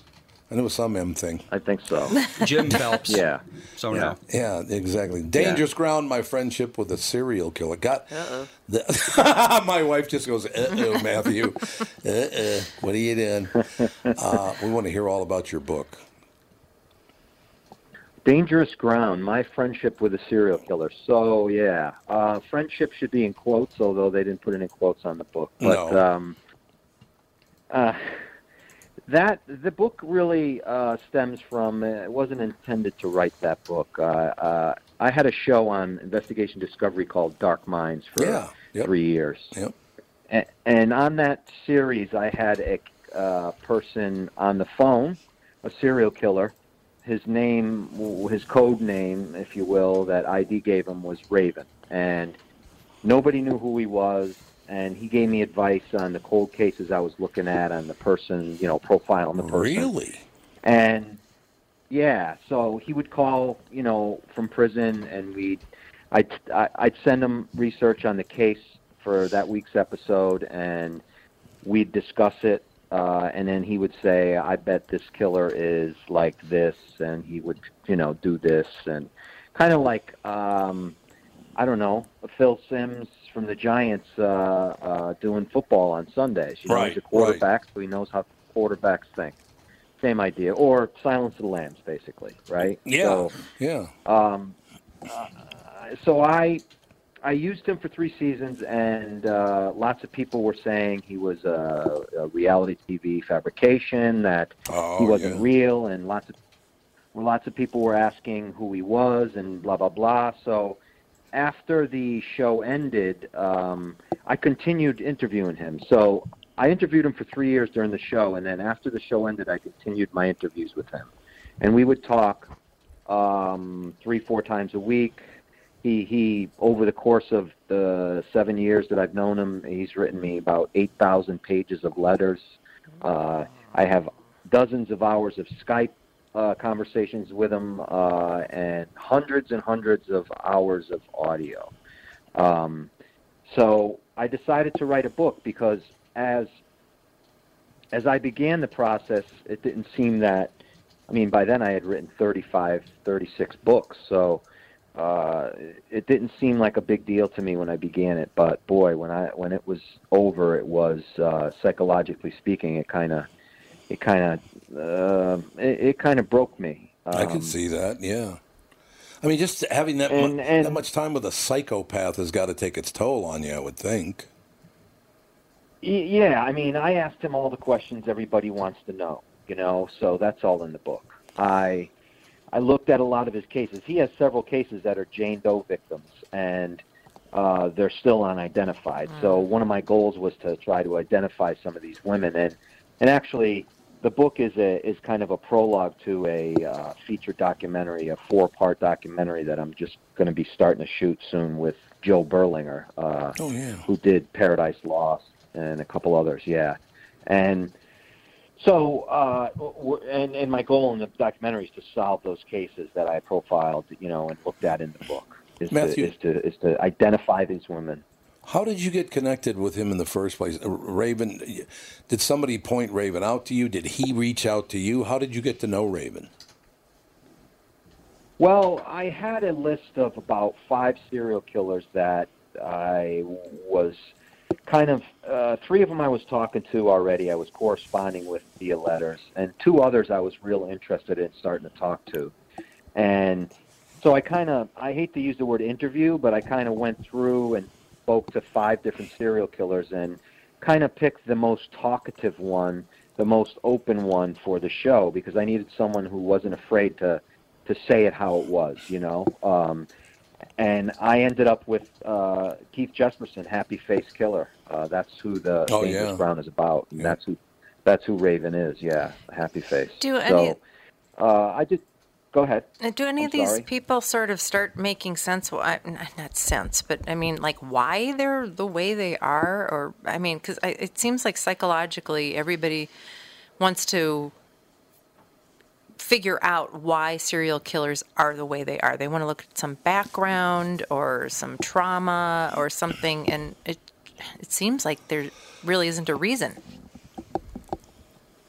And it was some M thing.
I think so.
Jim Phelps.
yeah.
So
Yeah.
no.
Yeah, exactly. Dangerous ground. My friendship with a serial killer. Got the, my wife just goes, "Uh oh, Matthew, uh uh, what are you doing?" Uh, we want to hear all about your book.
Dangerous ground. My friendship with a serial killer. So yeah, uh, friendship should be in quotes, although they didn't put it in quotes on the book. But
No.
um, uh, that the book really uh, stems from. uh, It wasn't intended to write that book. Uh, uh, I had a show on Investigation Discovery called Dark Minds for
Yeah, yep.
three years.
Yep.
A- and on that series, I had a uh, person on the phone, a serial killer. His name, w- his code name, if you will, that ID gave him was Raven, and nobody knew who he was. and he gave me advice on the cold cases I was looking at, on the person, you know, profile on the person.
Really?
And yeah, so he would call, you know, from prison, and we'd, I'd, I- I'd send him research on the case for that week's episode, and we'd discuss it, uh, and then he would say, "I bet this killer is like this," and he would, you know, do this, and kind of like, um, I don't know, Phil Sims from the Giants uh, uh, doing football on Sundays. You know,
Right,
he's a quarterback, so he knows how quarterbacks think. Same idea, or Silence of the Lambs, basically, right?
Yeah.
So,
yeah.
um, uh, so I I used him for three seasons, and uh, lots of people were saying he was a, a reality TV fabrication that he wasn't
yeah.
real, and lots of well, lots of people were asking who he was and blah blah blah. So after the show ended, um, I continued interviewing him. So I interviewed him for three years during the show, and then after the show ended, I continued my interviews with him, and we would talk um, three four times a week. He he over the course of the seven years that I've known him, he's written me about eight thousand pages of letters. Uh, I have dozens of hours of Skype uh, conversations with him, uh, and hundreds and hundreds of hours of audio. Um, so I decided to write a book because as as I began the process, it didn't seem that. I mean, by then I had written 35, 36 books, so uh, it didn't seem like a big deal to me when I began it. But boy, when I when it was over, it was uh, psychologically speaking, it kind of it kind of uh, it, it kind of broke me.
I can
Um,
see that. Yeah. I mean, just having that mu-
And- and-
that much time with a psychopath has got to take its toll on you. I would think.
Y- Yeah, I mean, I asked him all the questions everybody wants to know, you know, so that's all in the book. I I looked at a lot of his cases. He has several cases that are Jane Doe victims and uh, they're still unidentified. So
Hmm.
one of my goals was to try to identify some of these women and and actually the book is a is kind of a prologue to a uh, feature documentary, a four-part documentary that I'm just going to be starting to shoot soon with Joe Berlinger. Uh,
Oh yeah.
who did Paradise Lost and a couple others, yeah. And so, uh, w- w- and, and my goal in the documentary is to solve those cases that I profiled, you know, and looked at in the book. Is
Matthew.
to is to is to identify these women.
How did you get connected with him in the first place? Uh, Raven, did somebody point Raven out to you? Did he reach out to you? How did you get to know Raven?
Well, I had a list of about five serial killers that I was kind of uh, three of them I was talking to already. I was corresponding with via letters, and two others I was real interested in starting to talk to. And so I kind of I hate to use the word interview, but I kind of went through and spoke to five different serial killers and kind of picked the most talkative one, the most open one for the show because I needed someone who wasn't afraid to to say it how it was, you know. Um, and I ended up with uh, Keith Jesperson, Happy Face Killer. Uh, that's who the
Oh,
Dangerous
yeah.
Brown is about. And That's who that's who Raven is. Yeah, Happy Face.
Do any-
so, uh, I just go ahead.
Uh, Do any
I'm
of these
sorry.
people sort of start making sense? Why, n- not sense, but I mean, like why they're the way they are, or I mean, because it seems like psychologically everybody wants to figure out why serial killers are the way they are. They want to look at some background or some trauma or something, and it it seems like there really isn't a reason.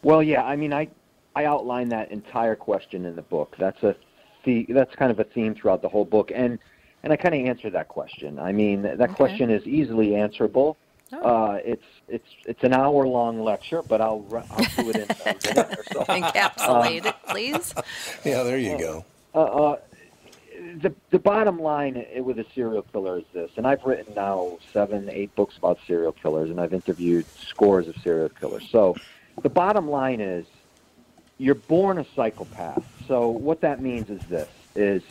Well, yeah, I mean, I I outline that entire question in the book. That's a the, that's kind of a theme throughout the whole book, and and I kind of answer that question. I mean, that question is easily answerable. Uh, it's it's it's an hour long lecture, but I'll ru- I'll do it in a minute or so.
Encapsulate it, please.
Yeah, there you go.
Uh, uh, the the bottom line i- with a serial killer is this, and I've written now seven, eight books about serial killers, and I've interviewed scores of serial killers. So, the bottom line is, you're born a psychopath. So what that means is this: is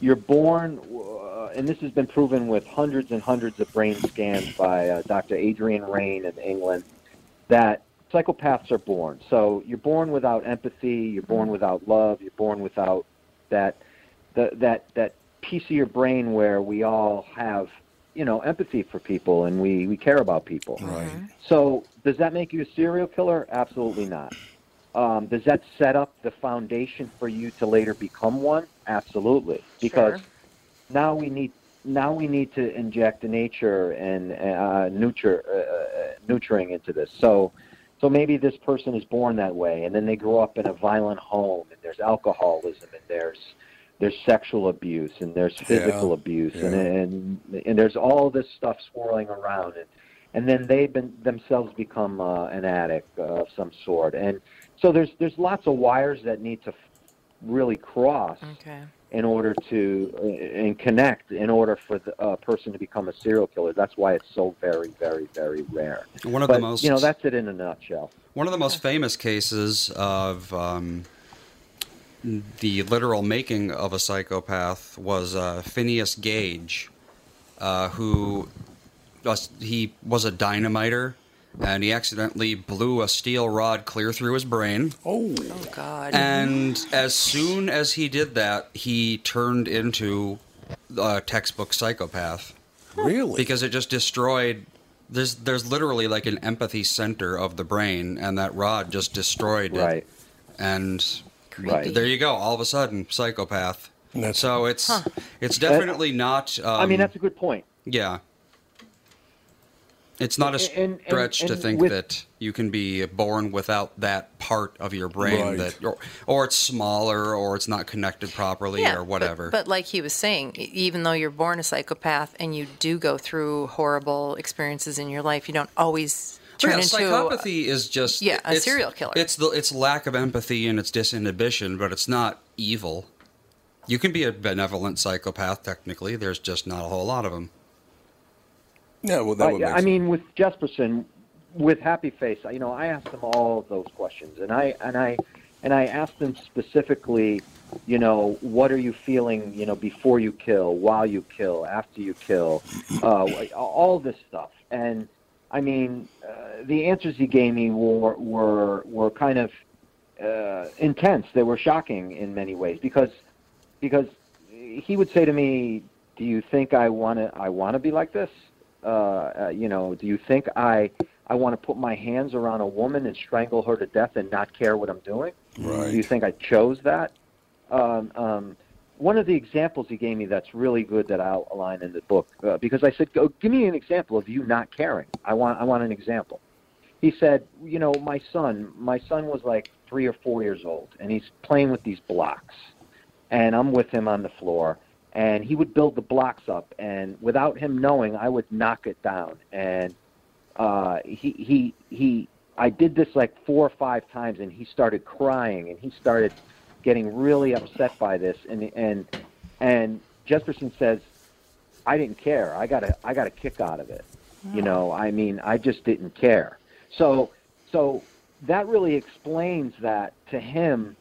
you're born, uh, and this has been proven with hundreds and hundreds of brain scans by uh, Dr. Adrian Rain in England, that psychopaths are born. So you're born without empathy, you're born without love, you're born without that the, that that piece of your brain where we all have you know empathy for people and we we care about people.
Right.
So does that make you a serial killer? Absolutely not. Um, does that set up the foundation for you to later become one? Absolutely, because
Sure.
now we need now we need to inject nature and uh, nurture uh, uh, nurturing into this. So so maybe this person is born that way, and then they grow up in a violent home, and there's alcoholism, and there's there's sexual abuse, and there's physical abuse, and, and and there's all this stuff swirling around, and and then they been, themselves become uh, an addict uh, of some sort, and so there's there's lots of wires that need to f- really cross
Okay.
in order to and connect in order for the uh, person to become a serial killer. That's why it's so very, very, very rare.
One of
But,
the most
you know, that's it in a nutshell.
One of the most famous cases of um, the literal making of a psychopath was uh, Phineas Gage, uh, who was, he was a dynamiter, and he accidentally blew a steel rod clear through his brain.
Oh.
Oh God.
And as soon as he did that, he turned into a textbook psychopath
Really?
because it just destroyed. There's there's literally like an empathy center of the brain, and that rod just destroyed
Right.
it. And
Creepy.
there you go. All of a sudden, psychopath.
That's-
so it's it's definitely not. Um,
I mean, that's a good point.
yeah. It's not a stretch
And- and-
to
and
think
with-
that you can be born without that part of your brain
Right.
that, or, or it's smaller, or it's not connected properly,
Yeah,
or
but-
whatever.
But, like he was saying, e- even though you're born a psychopath and you do go through horrible experiences in your life, you don't always
But
turn into
psychopathy is just
yeah, a
it's-
serial killer.
It's the it's lack of empathy and it's disinhibition, but it's not evil. You can be a benevolent psychopath technically. There's just not a whole lot of them.
Yeah, well, that
I,
would make
I mean, with Jesperson, with Happy Face, you know, I asked them all of those questions, and I and I and I asked them specifically, you know, what are you feeling, you know, before you kill, while you kill, after you kill, uh, all this stuff, and I mean, uh, the answers he gave me were were were kind of uh, intense. They were shocking in many ways because because he would say to me, "Do you think I want to? I want to be like this? Uh, uh, you know, do you think I I want to put my hands around a woman and strangle her to death and not care what I'm doing? Do you
Right.
think I chose that?" Um, um, one of the examples he gave me that's really good that I'll outline in the book uh, because I said, "Go give me an example of you not caring. I want I want an example." he said, you know, my son, my son was like three or four years old, and he's playing with these blocks, and I'm with him on the floor, and he would build the blocks up, and without him knowing, I would knock it down, and uh, he he he, I did this like four or five times, and he started crying, and he started getting really upset by this, and and and Jesperson says, I didn't care. I got a I got a kick out of it. You know, I mean, I just didn't care. So so that really explains that to him.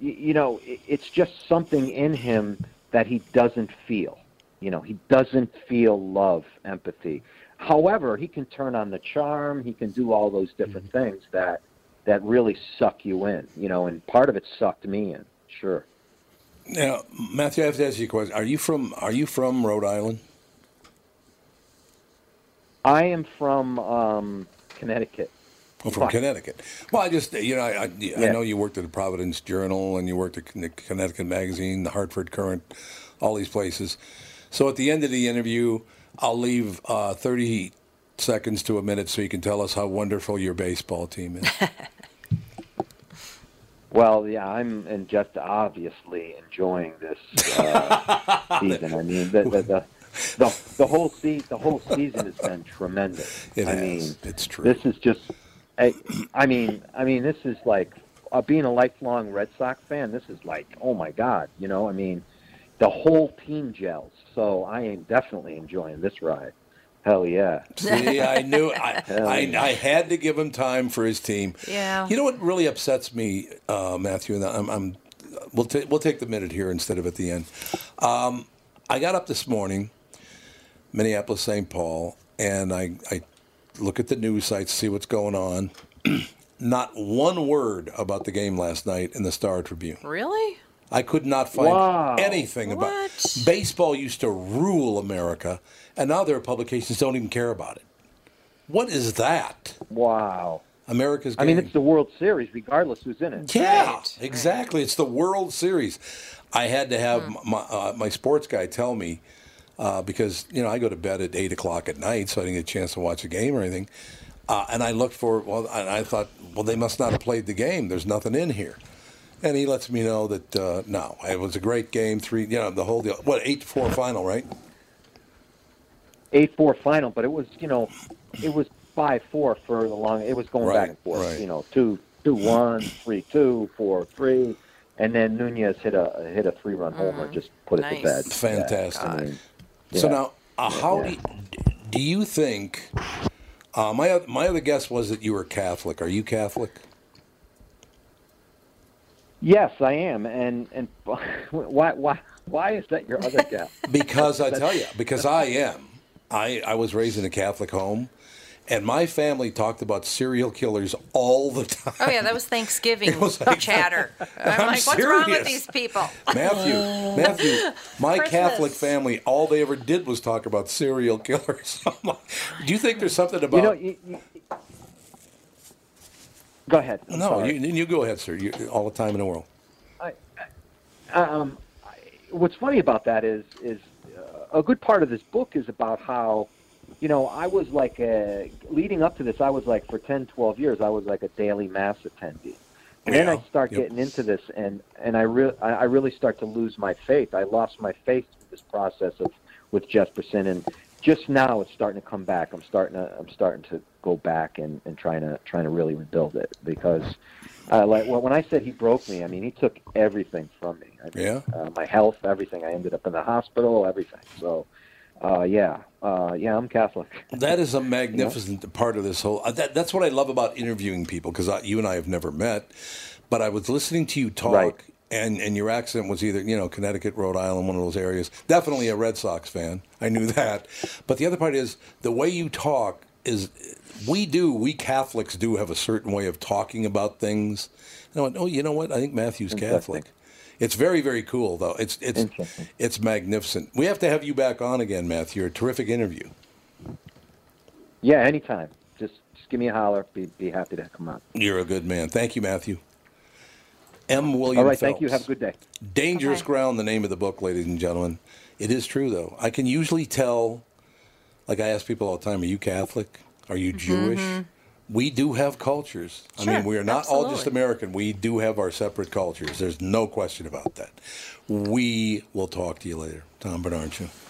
You, you know, it, it's just something in him that he doesn't feel. You know, he doesn't feel love, empathy. However, he can turn on the charm. He can do all those different
Mm-hmm.
things that that really suck you in. You know, and part of it sucked me in. Sure.
Now, Matthew, I have to ask you a question. Are you from Are you from Rhode Island?
I am from um, Connecticut.
Well, Oh, from
Fuck.
Connecticut. Well, I just you know I, I, I
Yeah.
know you worked at the Providence Journal and you worked at the Connecticut Magazine, the Hartford Current, all these places. So at the end of the interview, I'll leave uh, thirty seconds to a minute so you can tell us how wonderful your baseball team is.
Well, yeah, I'm and just obviously enjoying this uh, season. I mean, the the, the the the whole se- the whole season has been tremendous.
It
I
has.
mean,
It's true.
This is just, I, I mean, I mean, this is like uh, being a lifelong Red Sox fan. This is like, oh my God, you know. I mean, the whole team gels. So I am definitely enjoying this ride. Hell yeah.
See, I knew I, I, I had to give him time for his team.
Yeah.
You know what really upsets me, uh, Matthew, and I'm, I'm we'll ta- we'll take the minute here instead of at the end. Um, I got up this morning, Minneapolis, St. Paul, and I I look at the news sites, see what's going on. Not one word about the game last night in the Star Tribune.
a really
I could not find
Wow.
anything about baseball. Used to rule America, and now their publications don't even care about it. What is that?
Wow.
America's. Game.
I mean, it's the World Series, regardless who's in it.
Yeah, exactly. It's the World Series. I had to have m my uh, my sports guy tell me uh, because you know I go to bed at eight o'clock at night, so I didn't get a chance to watch a game or anything. Uh, and I looked for well, and I thought, well, they must not have played the game. There's nothing in here. And he lets me know that uh, no, it was a great game. Three, you know, the whole deal. What eight to four final, right?
Eight four final, but it was you know, it was five four for the long. It was going back and forth. You know, two two one, three two, four three, and then Nunez hit a hit a three run homer, just put it to bed.
Fantastic.
Yeah, I mean,
So
yeah.
now, uh, how do, do you think? Uh, my oth- my other guess was that you were Catholic. Are you Catholic?
Yes, I am, and and why why why is that your other guess?
Because I tell you, because I am. I I was raised in a Catholic home, and my family talked about serial killers all the time.
Oh yeah, that was Thanksgiving
was like-
chatter. I'm,
I'm
like, what's wrong
serious.
with these people?
Matthew, Matthew, my
Christmas.
Catholic family, all they ever did was talk about serial killers. I'm like, do you think there's something about?
You know, you, you, go ahead. I'm
no,
sorry.
you, you go ahead, sir. You, all the time in the world.
um, I- what's funny about that is is uh, a good part of this book is about how you know I was like a, leading up to this I was like for 10 12 years I was like a daily mass attendee and then I start
Yep.
getting into this and and I re- I I really start to lose my faith I lost my faith through this process of with Jesperson and just now it's starting to come back I'm starting to I'm starting to go back and, and trying to trying to really rebuild it because uh, like well, when I said he broke me, I mean he took everything from me. I mean,
Yeah.
uh, my health, everything. I ended up in the hospital, everything. So, uh, yeah, uh, yeah, I'm Catholic.
That is a magnificent part of this whole. uh, That, that's what I love about interviewing people because you and I have never met, but I was listening to you talk,
Right.
and and your accent was either you know Connecticut, Rhode Island, one of those areas. Definitely a Red Sox fan. I knew that, but the other part is the way you talk is. We do. We Catholics do have a certain way of talking about things. And I went, oh, you know what? I think Matthew's Catholic. It's very, very cool, though. It's it's it's magnificent. We have to have you back on again, Matthew. You're a terrific interview.
Yeah, anytime. Just just give me a holler. Be be happy to come on.
You're a good man. Thank you, Matthew. M. William
All right,
Phelps.
thank you. Have a good day.
Dangerous Ground, the name of the book, ladies and gentlemen. It is true, though. I can usually tell, like I ask people all the time, are you Catholic? Are you Jewish? We do have cultures. I mean,
Mm-hmm, Sure,
we are not all just
absolutely.
American. We do have our separate cultures. There's no question about that. We will talk to you later. Tom Bernard Show.